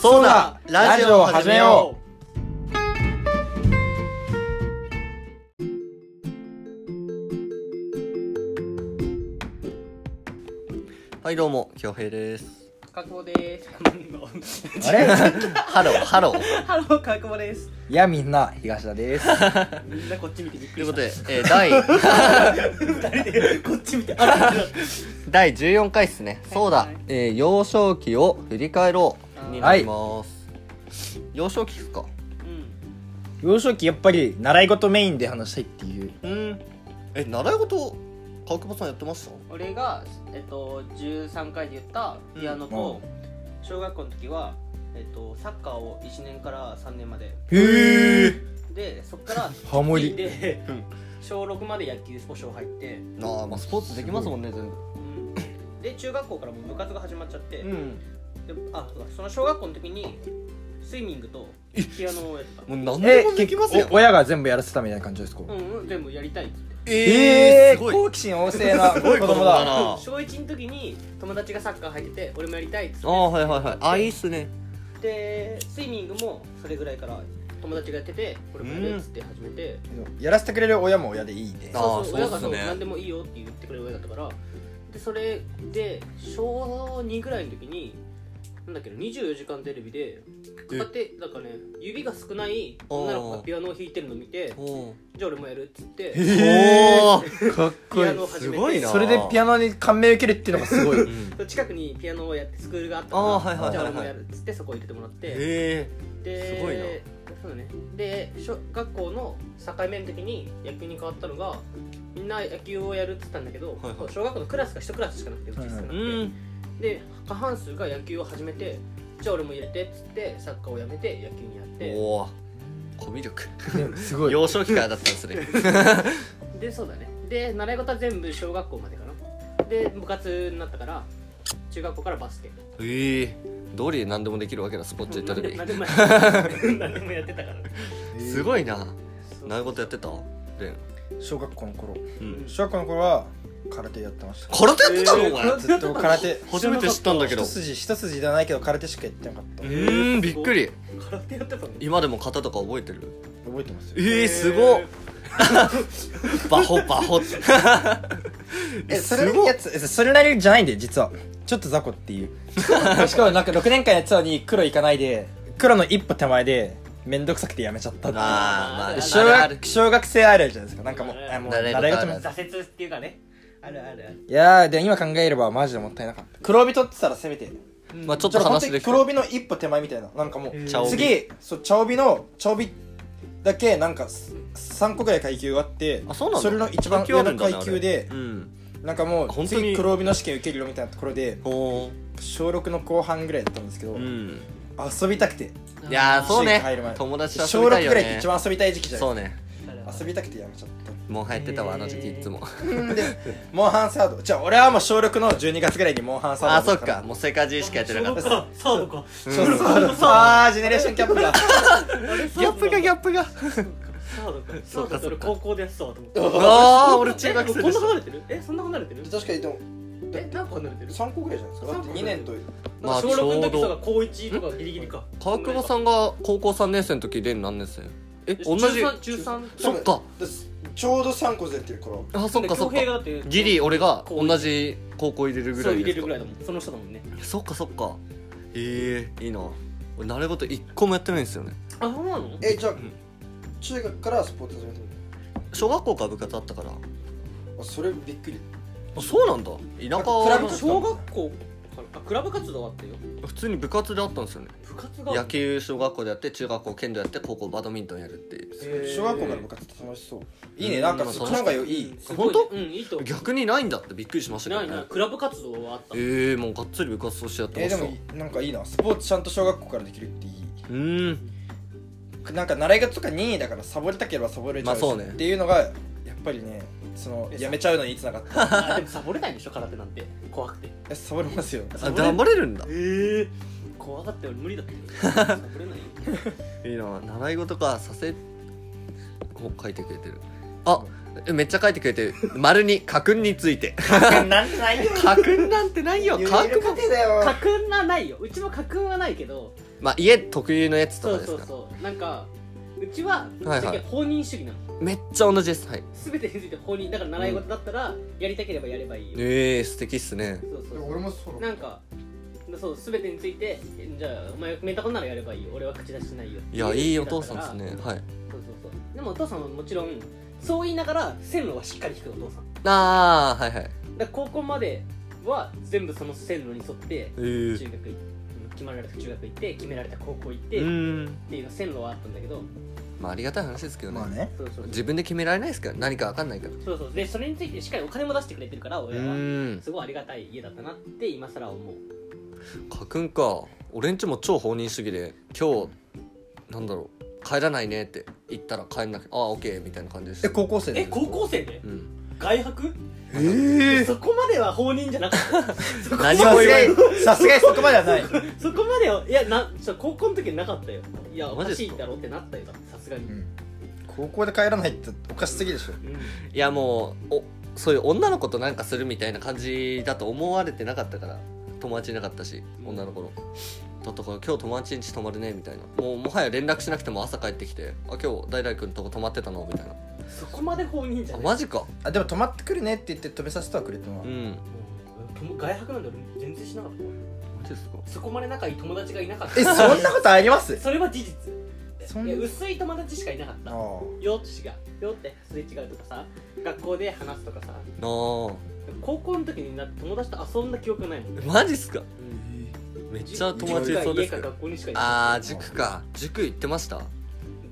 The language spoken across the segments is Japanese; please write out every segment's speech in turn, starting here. そうだラジオを始めようはいどうも京平ですかこです。あれハローハローハロー、かこです。 いやみんな東田です。みんなこっち見てびっくというりしことた。 で、えー第二人でこっち見て、あら、第14回ですね、そうだ、はいえー幼少期を振り返ろうになります、幼少期っすかうん。幼少期やっぱり習い事メインで話したいっていう。うんえ習い事川久保さんやってました俺が、えっと、13回で言ったピアノと、小学校の時は、えっと、サッカーを1年から3年まで。へえ。で、そっから、ハモリでうん、小6まで野球保証入って、ああまあスポーツできますもんね全部うん。で、中学校からもう部活が始まっちゃって、んであ、そうだその小学校の時に、スイミングとピアノをやってた。もう何えでもできますよ結構親が全部やらせたみたいな感じですか。うんうん、全部やりたいって。ええーすごい好奇心旺盛 なす子ごい子供供だだ。な小1の時に友達がサッカー入ってて俺もやりたいっつああはいはいはいあいいっすねってでスイミングもそれぐらいから友達がやってて俺もやるっつって始めて、やらせてくれる親も親でいいね。あそうそそううっ親すねがそう何でもいいよって言ってくれる親だったからでそれで小2ぐらいの時になんだっけな24時間テレビでこうやってなんかね指が少ない女の子がピアノを弾いてるのを見ておーじゃあ俺もやるっつっておーかっピアノを始すめてごいなそれでピアノに感銘受けるっていうのが すごうい。ん近くにピアノをやってスクールがあったかあーはいはいらはいじゃあはい俺もやるっつってそこ入れてもらってえですごいなそうだねで小学校の境目の時に野球に変わったのがみんな野球をやるって言ったんだけど、はいはい小学校のクラスが1クラスしかなくてうちはいはい少なーくて、うんで過半数が野球を始めてじゃあ俺も入れてっつってサッカーをやめて野球にやっておおコミュ力でもすごい。幼少期からだったんですねでそうだねで習い事は全部小学校までかなで部活になったから中学校からバスケええどりで何でもできるわけだスポーツ行った時何でも 何でもやってたからすごいなそう習い事やってたで小学校の頃。うん小学校の頃は空手やってました。空手やってたのおえ前 ーずっと空手。初めて知ったんだけど一筋一筋じゃないけど空手しかやってなかった。う覚ーんびっくり空手やってたの今でも型とか覚えてるえてますよ。ええすごっバホバホえそれやつえそれなりじゃないんだよ実はちょっと雑魚っていうしかもなんか6年間やってたのに黒いかないで黒の一歩手前で面倒くさくてやめちゃったっていうあーまあー小あるあ学る小学生あるあるじゃないですかなんかもうあるあるあもう習い事習い事あるあもる挫折っていうかねあるあるあるいやーでも今考えればマジでもったいなかった黒帯取ってたらせめてまあちょっちょとっと本話当でにきた黒帯の一歩手前みたいななんかもう茶帯次そう茶帯の茶帯だけなんか3個ぐらい階級があってあそうなんだれの一番上の階級でうんなんかも本当うに次黒帯の試験受けるよみたいなところでほ小6の後半ぐらいだったんですけど、ううん遊びたくていやーそうねシート入る前友達と遊小び6たいよぐらいっねて一番遊びたい時期じゃなそいうね遊びたくてやめちゃったもう流行ってたわあの時期いつもモンハンサードじゃあ俺はもう小6の12月ぐらいにモンハンサードあだそっらかもうセカジしかやってなかったあサードかそうそうそうああジェネレーションキャップだギャップがギャップがサードかサそうーかドそかそうれ高校でやってたわと思ってああ俺中学生えでこしんな離れてるえそんな離れてる確かにでもえ何個離れてる3個ぐらいじゃないですかだって2年とたまあち小ょ6うの時とどか高一とかギリギリか川久保さんが高校3年生の時で何年生え同じ中三そっかちょうど3個ずれてるからあそっかそっか平がだってギリ俺が同じ高校入れるぐそらう入いれでするかぐらいだもんその人だもんねそっかそっかええいいな俺習い事一個もやってないんですよねあそうなのえじゃあん中学からスポーツ始めてみ小学校から部活あったからるあそれびっくりあそうなんだ田舎クラブは小学校からあクラブ活動あったよ普通に部活であったんですよね部活が野球小学校でやって中学校剣道やって高校バドミントンやるっていう小学校から部活って楽しそういいねなんかそっちの方がいい本当うんいいと思逆にないんだってびっくりしましうたけどないねないクラブ活動はあったええもうがっつり部活としてやってえまーでしたもなんかいいなスポーツちゃんと小学校からできるっていいうーんなんか習い事とか任意だからサボりたければサボれちゃう,、まあそうねっていうのがやっぱりねそのえやめちゃうのにつながったあでもサボれないでしょ空手なんて怖くてえサボりますよあ頑張れるんだええ怖がって俺無理だって ぶれないいいな習い事かさせこう書いてくれてるあえめっちゃ書いてくれてる「丸に家訓について」 なんないよ家訓なんてないよ家訓だよ家訓はないようちも家訓はないけどまあ家特有のやつとそかうですかそうそうなんかうちはぶっちゃはいけはい放任主義なの、めっちゃ同じですはい全てについて放任だから習い事だったらやりたければやればいいよ、ええー、素敵っすねそうそうでそもう俺もそうなだんかそう全てについてじゃあお前めたことならやればいいよ俺は口出しないよいやいいお父さんですねはいそうそうそうでもお父さんはもちろんそう言いながら線路はしっかり引くお父さんああはいはいだから高校までは全部その線路に沿ってええ中学行決まられた中学行って決められた高校行って、うっーんていう線路はあったんだけどまあありがたい話ですけどね,、まあねそうそう自分で決められないですから何か分かんないからそうそうでそれについてしっかりお金も出してくれてるからう親はーんすごいありがたい家だったなって今更思う家訓か俺んちも超放任主義で今日なんだろう帰らないねって言ったら帰んなきゃああオッケーみたいな感じでしたえ高校生え高校生でうん外泊えーそこまでは放任じゃなかったそこま何でもさすが言わないにさすがにそこまではない そこまではいやなちょ高校の時なかったよいやおマジかっすしかいだろってなったよだってさすがに、うん高校で帰らないっておかしすぎでしょうんいやもうおそういう女の子となんかするみたいな感じだと思われてなかったから友達いなかったし女の子のだったから今日友達ん家泊まるねみたいなもうもはや連絡しなくても朝帰ってきて「あ今日大来君とこ泊まってたの?」みたいな「そこまで放任じゃあないマジか」あでも泊まってくるねって言って止めさせてはくれてもうんうん外泊なんだ俺全然しなかったわマジですかそこまで仲いい友達がいなかったえそんなことありますそれは事実そんいや薄い友達しかいなかっ あたあよっしがよってすれ違うとかさ学校で話すとかさなあ高校の時になって友達と遊んだ記憶ないもん、マジっすかうん、めっちゃ友達いそうですけ家かど学校にしかいないあー塾か塾行ってました、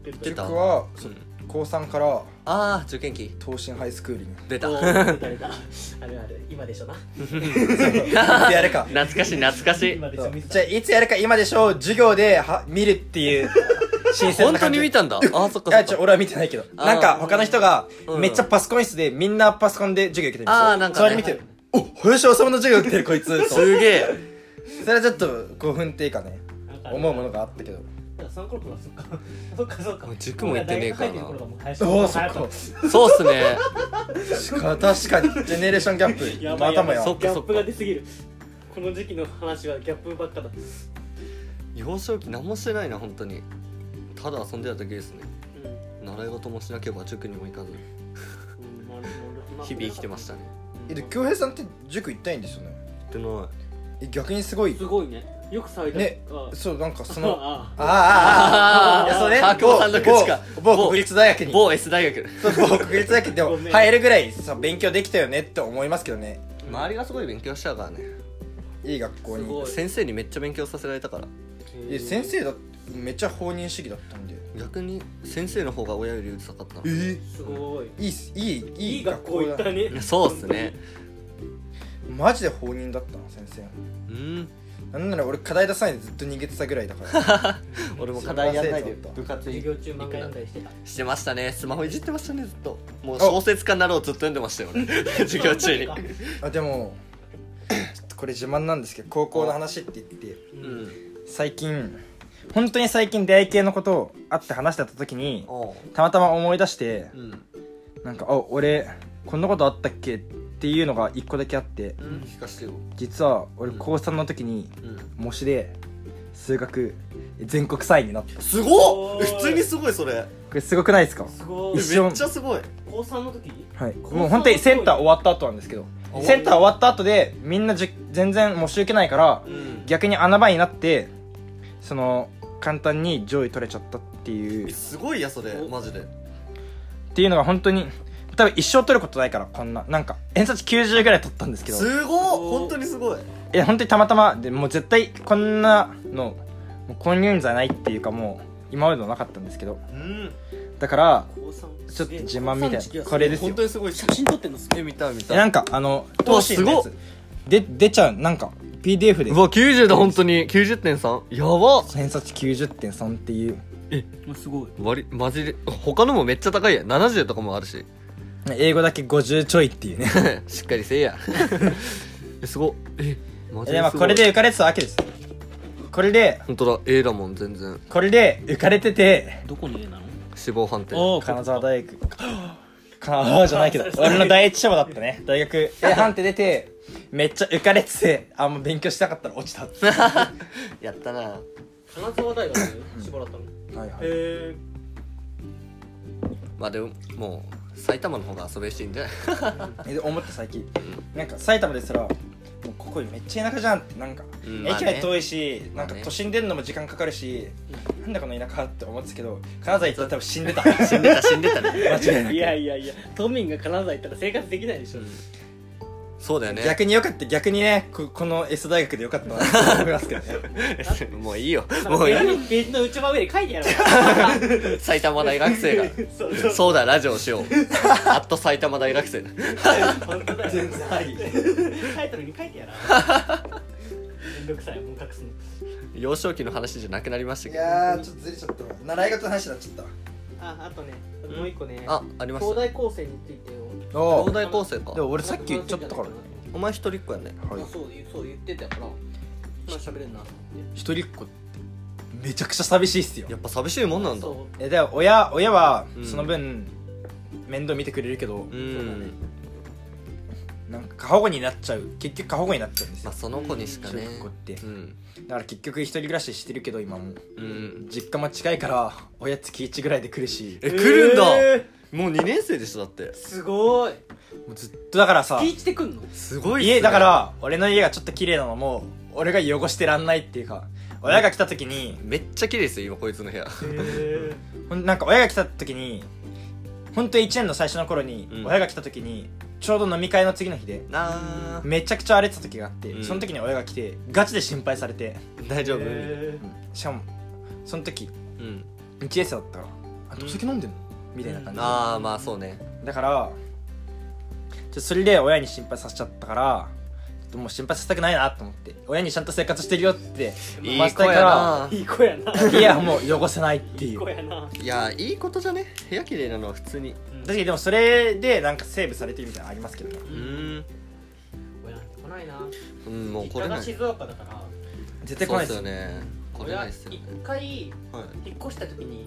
言っ出てた塾はう、そうん高3からあー受験期東進ハイスクール に出たおー出た あるある今でしょなそういつやるか懐かしい懐かしい今でしそょう見てたじゃあいつやるか今でしょう授業では見るって いう新鮮本な当感にじ見たんだあーそっかいやちそっょか俺は見てないけどあーなんか他の人がうんめっちゃパソコン室でみんなパソコンで授業受けてるんですよあーなんかねそれ見てお林修の授業受けてる こいつそすげえれはちょっと興奮っていうかねなんか思うものがあったけどだからその頃からそ っかそっかそっかもう塾も行ってねえからな大学入ってる頃がもう大したおおこそとっないかそうっすね確か確かにジェネレーションギャッ プやばまいたやもばいやそっギかャそッっかプが出すぎるこの時期の話はギャップばっかだう幼少期何もしてないな本当にただ遊んでただけですねん習い事もしなければ塾にも行かず日々生きてましたねえで恭平さんって塾行ったいんですよね行ってなえ逆にすごいすごいねよく最大ねあそうなんかそ のあああーあーあーあーあーいやそうね川久保さんの口か某某某国立大学いに某 S 大学そう某国立大学でごもめん入るぐらいさ勉強できたよねって思いますけどね周りがすごい勉強したからねいい学校すごにい先生にめっちゃ勉強させられたからえ先生だってめっちゃ放任主義だったんで逆に先生の方が親よりうるさかったなえすごいいいっすいいいい学校行ったねいやそうっすねマジで放任だったな先生うんなんなら俺課題出さないでずっと逃げてたぐらいだから俺も課題やんないで部活授行業中漫画読んだりしてたしてましたねスマホいじってましたねずっともうあ小説家になろうずっと読んでましたよね 授業中にそうあでもちょっとこれ自慢なんですけど高校の話って言ってうん最近本当に最近出会い系のことを会って話してた時におうたまたま思い出してうんなんかあ俺こんなことあったっけっていうのが一個だけあってうん聞かせてよ実は俺うん高3の時にうん模試で数学全国3位になったこすごっすごい普通にすごいそれれすごくないですかすごめっい一緒ちゃすごい高三の時はい、高三もう本当にセンター終わった後なんですけどあセンター終わった後でみんなじゅ全然募集受けないからうん逆に穴場になってその簡単に上位取れちゃったっていうっすごいやそれおマジでていうのが本当に多分一生取ることないからこんななんか偏差値90ぐらい取ったんですけどすごっ本当にすごいいや本当にたまたまでもう絶対こんなのもう混入じゃないっていうかもう今までのなかったんですけどうんだから高三ちょっと自慢みた高三の時期いなはすごこれです本よ当にすごい写真撮ってんのすげえ見た見えなたんかあのうわ投資のやつで出ちゃうなんか PDF でうわ90だ本当に90.3やばっ偏差値90.3っていうもうすごい割りマジで他のもめっちゃ高いや70とかもあるし英語だけ50ちょいっていうね しっかりせえやえすごっえマジでまあすごこいれで浮かれてたわけですこれで本当だ A だもん全然これで浮かれててどこに A なの死亡判定お金沢大学金沢じゃない けど俺の第一志望だったね大学 A 判定出て めっちゃ浮かれててあんま勉強しなかったら落ちたってやったな金沢大学で絞らったのはいはい、 へえまあでももう埼玉の方が遊べしていいんじゃないえで思った最近なんか埼玉ですらもうここめっちゃ田舎じゃんってなんか、うんまあね駅内遠いし、まあなねんか都心出るのも時間かかるし、なんだこの田舎って思ってたけど金沢行ったら多分死んでた死んでた死んでたね間違いないいやいやいや都民が金沢行ったら生活できないでしょ そうだよね逆によかった逆にねここの S 大学でよかったなって思いますけどねもういいよなんもかういペいよージページの内場 上に書いてやろう埼玉大学 生がそうそうそうだラジオしようあっと埼玉大学生本当だよ全然ありタイトルに書いてやらめんどくさいもう隠すの幼少期の話じゃなくなりましたいけどやーちょっとずれちゃったわ習い事の話になっちゃっああとねもう一個ねあありま東した大構成についてをた東お大高生かでも俺さっき言っちゃったからねお前一人っ子やねはいあそう言うそう言ってたからまあ喋れんなと思って一人っ子ってめちゃくちゃ寂しいっすよやっぱ寂しいもんなんだそううえだから親親はうんその分、面倒見てくれるけど、そうだねんなんか過保護になっちゃう結局過保護になっちゃうんですまよあ、その子にしかね中学校ってうんだから結局一人暮らししてるけど今もうん実家も近いからおやつ月1ぐらいで来るしえ来るんだえもう2年生でしょだってーすごいもうずっとだからさ月一で来んのすごいっすね家だから俺の家がちょっと綺麗なのも俺が汚してらんないっていうか親が来た時にめっちゃ綺麗ですよ今こいつの部屋へほんなんか親が来た時に本当1年の最初の頃にうん親が来た時にちょうど飲み会の次の日でなあめちゃくちゃ荒れてた時があって、うんその時に親が来てガチで心配されて、大丈夫えしかもその時うん1年生だったからあうんお酒飲んでんのみたいな感じ、ああまあそうねだからちょそれで親に心配させちゃったからちょっともう心配させたくないなと思って親にちゃんと生活してるよってい回いした子いやかなーいい子やならいやもう汚せないっていい いう子やないやいいことじゃね部屋綺麗なのは普通にうん確かにでもそれでなんかセーブされてるみたいなのありますけどねううんん親なんて来ないなうんもう実こ家れながいそう静岡だから絶対来ないでですすよよねこれ俺なはいっ一すよね回はい引っ越した時に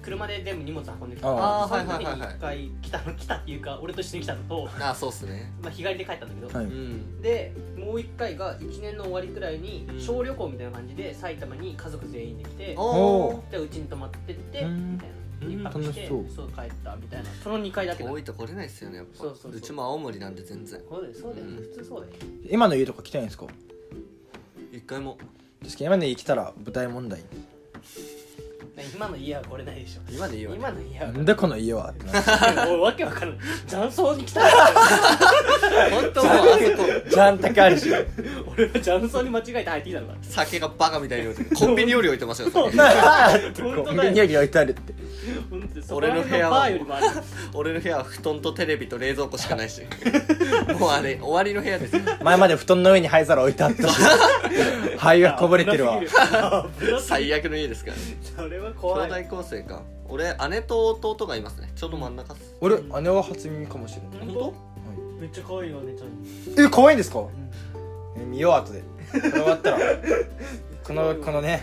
車で全部荷物運んできたあーそのは時いはいにはい一回来たの来たっていうか俺と一緒に来たのと、ああそうっすね、まあ、日帰りで帰ったんだけど、はいうんでもう一回が1年の終わりくらいにうん小旅行みたいな感じで埼玉に家族全員で来ておおでうちに泊まってってうんみたいなうん一泊して楽しそう帰ったみたいなその2回だけだ遠いとこれないっすよねやっぱそうそうそうちも青森なんで全然そうだよそうだよ、うん普通そうだよ今の家とか来てないんですか一回も確かに今の家来たら舞台問題今の家はこれないでしょ今でいいわね今の家なはんだこの家はってなもうわけわかんない雀荘に来た ら本当もうあ そこ じゃんたくある し俺は雀荘に間違えて入ってきたのか酒がバカみたいに置いてるコンビニより置いてますよそう酒本コ当ンだビよニより置いてあるって本当にそこ俺らの辺部の屋バはーよりもある俺の部屋は布団とテレビと冷蔵庫しかないしもうあれ終わりの部屋ですよ前まで布団の上に灰皿置いてあった し灰がこぼれてるわ最悪の家ですからねそれは怖兄い弟構成か俺姉と弟がいますねちょうど真ん中っす俺姉は初耳かもしれない、本当めっちゃ可愛いよ姉ちゃんえ可愛いんですかえ見よう後でこれ終わったら このこのね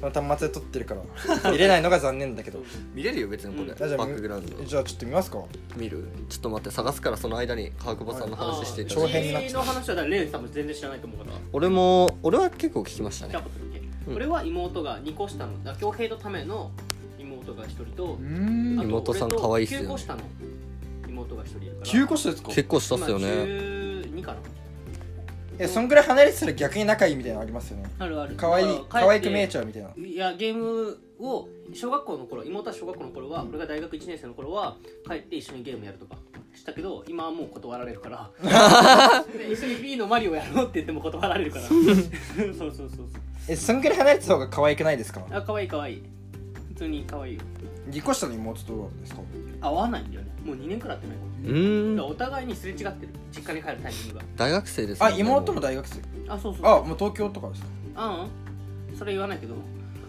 この端末で撮ってる から見れないのが残念だけど見れるよ別にこれ、うんバックグラウンドじゃあちょっと見ますか見るちょっと待って探すからその間に川久保さんの話してあー長編になっちゃうったちの話はだからレンさんも全然知らないと思うから俺も俺は結構聞きましたキャねポだっけ、うん俺は妹が2個下のだから恭平のための妹が1人とうあとん俺妹さん可愛いっすよね9個下の妹が1人いるから9個下ですか結構したっすよ今ね12かなえそんぐらい離れてたら逆に仲いいみたいなのありますよねあるある可愛いだか可ら愛帰くって見えちゃうみたいないやゲームを小学校の頃妹は小学校の頃は俺が大学1年生の頃は帰って一緒にゲームやるとかしたけど今はもう断られるから で一緒に B のマリオやろうって言っても断られる からそうそうそうそえそんぐらい離れてた方が可愛くないですかうあ可愛い可愛い普通に可愛いよ2個下の妹とどうですか合わないんだよねもう2年くらい会ってないかうらだーからんお互いにすれ違ってる実家に帰るタイミング大学生ですあね妹もも大学生があそうそうあもう東京とかですかあうんそれ言わない けど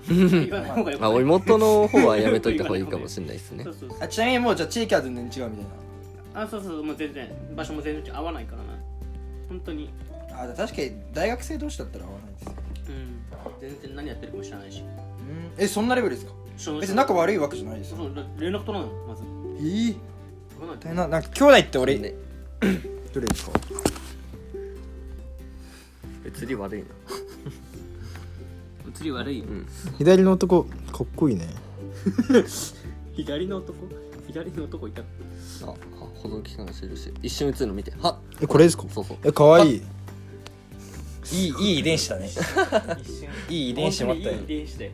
言わない方がようあおい妹の方はやめといた方がいいかもしれないですねそうそうそうあちなみにもうじゃあ地域は全然違うみたいあそうそうもう全然場所も全然合わないからな本当になあじゃあ確かに大学生同士だったら合わないですうん全然何やってるかも知らないしうんえそんなレベルですかその別に仲悪いわけじゃないですそよの連絡取らないのまずえー、取らない大変ななんか兄弟って俺、ねどれですか釣り悪いな映り悪いよ左の男かっこいいね左の男左の男いたああ保存期間が終了して一瞬映るの見てはえこれですかっそうそうえかわいいいいいい遺伝子だね一 瞬いい遺伝子持ったよ本当にいい遺伝子だよ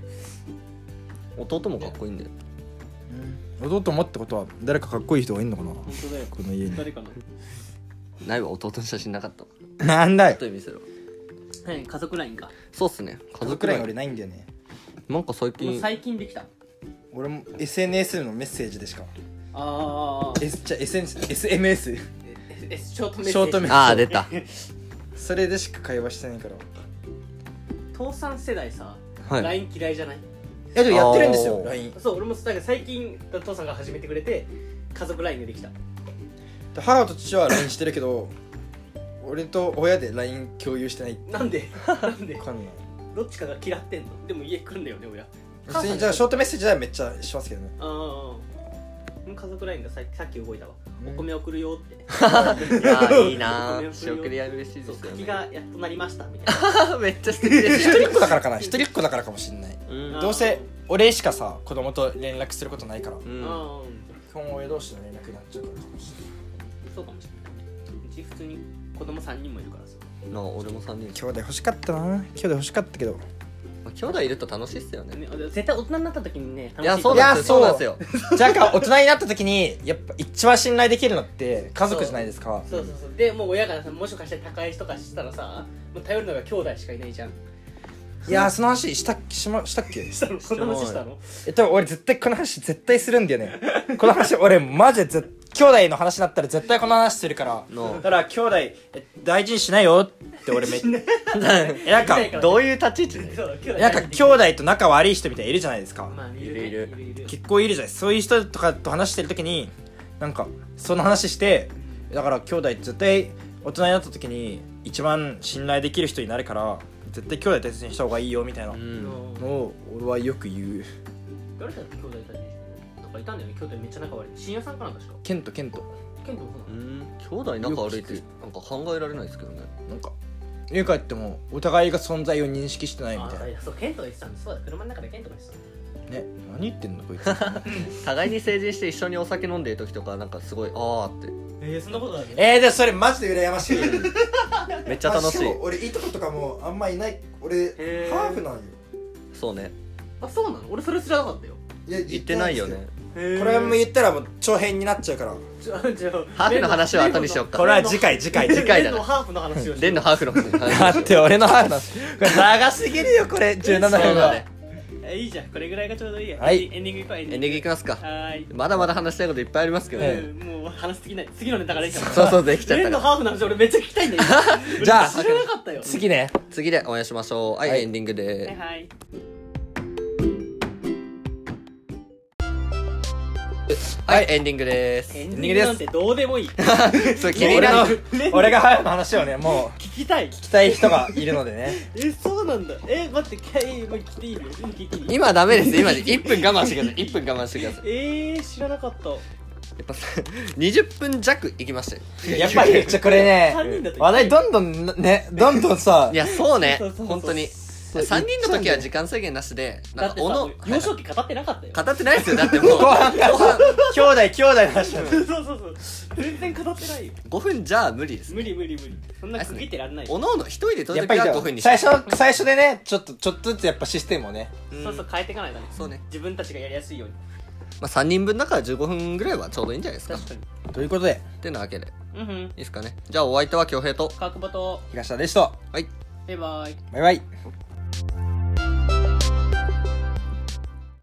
弟もかっこいいんだよ弟もってことは誰かかっこいい人がいんのかな本当だよこの家に誰かのないわ弟の写真なかったわなんだよ後で見せろはい家族ラインかそうっすね家家族族ラライインン俺ないんだよねなんか最もう近最近できた俺も SNS のメッセージでしかああ S じゃ SNS SMS ショートメッセージショートメッセージあ あ出たそれでしか会話してないから父さん世代さ、はい LINE 嫌いじゃないえでもやってるんですあよー LINE そう俺もなんか最近父さんが始めてくれて家族 LINE ができたで母と父は LINE してるけど俺と親で LINE 共有してないなんで なんでわかんないどっちかが嫌ってんのでも家来るんだよね親あ普通にじゃあショートメッセージはめっちゃしますけ どねあもう家族 LINE がささっき動いたわお米送るよっ ていやーいいなごめんー 仕送りや嬉しいそでうすよ柿ねがやっとなりましたみた いめっちゃ素敵で一す 人っ子だからかな一人っ子だからかもしんないうんなどうせ俺しかさ子供と連絡することないからううんん基本親同士の連絡になっちゃうからかもしれないそうかもしれないうち普通に子供3人もいるからさなあ俺も3人兄弟欲しかったな兄弟欲しかったけどまあ兄弟いると楽しいっすよねねあ絶対大人になった時にねい楽しやいとそう思なんですいやよそうなんですよじゃあか大人になった時にやっぱ一番信頼できるのって家族じゃないですかそうそうそうでもう親がさもしかして高い人かしたらさもう頼るのが兄弟しかいないじゃんいやーその話したっけし,、ま、したっけしたのそんな話したのえ多分俺絶対この話絶対するんだよねこの話俺マジで絶兄弟の話になったら絶対この話するからのだから兄弟え大事にしないよって俺めっえ なんかしないからどういう立ち位置ねそう兄弟なんか兄弟と仲悪い人みたいないるじゃないですか、まあいいる,、るね、いるいる結構いるじゃないそういう人とかと話してる時になんかその話してだから兄弟絶対大人になった時に一番信頼できる人になるから絶対兄弟大切にした方がいいよみたいなううんんのを俺はよく言う誰だっけ兄弟たちなんかいたんだよね兄弟めっちゃ仲悪い深夜さんかなんかしかケントケントケントもそううなのん兄弟仲悪いってなんか考えられないですけどねなんか家帰ってもお互いが存在を認識してないみたあいいやそうケントが言ってたんだそうだ車の中でケントが言ってたなね何言ってんの こいつ互いに成人して一緒にお酒飲んでる時とかなんかすごいああってえー、そんなことないえー、でもそれマジで羨ましいめっめっちゃ楽しい俺いとことかもあんまいない俺へーハーフなんよそうねあそうなの俺それ知らなかったよいや言ってないよねへこれも言ったらもう長編になっちゃうからじゃあじゃあハーフの話は後にしよっかこれは次回次回 次回だレンのハーフの話をしレンのハーフの話だ って俺のハーフなんですこれ長すぎるよこ れ17分そうだはねえいいじゃんこれぐらいがちょうどいいやはいエンディングいこうエンエンディングいきますかはーいまだまだ話したいこといっぱいありますけどねえうんもう話すぎない次のネタからいいからそうそうできちゃっレたンかのらハーフの話俺めっちゃ聞きたいんだ よじゃあ知らなかったよ次ね次でお会いしましょうはい、はいエンディングではいはいはい、エンディングです。エンディングなんてどうでもいいそれ気に俺なの る。俺がハーフの話をねもう聞きたい聞きたい人がいるのでね えそうなんだえ待ってけい今聞いていいの今聞いていい今ダメです。今で1分我慢してください。1分我慢してください。えー、知らなかったやっぱさ20分弱いきましたよ。やっぱりちょこれ3人ねだと話題どんどんねどんどんさ いや、そうねそうそうそ。う本当に。う3人の時は時間制限なしで、なだんっか、ておのさ、幼少期語ってなかったよ語ってないですよ。だってもう、後半からさ兄弟兄弟の話なの そうそうそう全然語ってないよ5分じゃ無理です。無理無理無理そんな区切ってらんないおよのおの1人で撮やるっ時ぱりはじゃ5分にあ最初最初でねちょっとちょっとずつやっぱシステムをねんそうそう変えていかないとねそうね。自分たちがやりやすいようにまあ3人分だから15分ぐらいはちょうどいいんじゃないですか。確かにということでってなわけで。いうんうんいですかね。じゃあお相手は京平と。川久保と東田でしたはい。バイバイバイバイ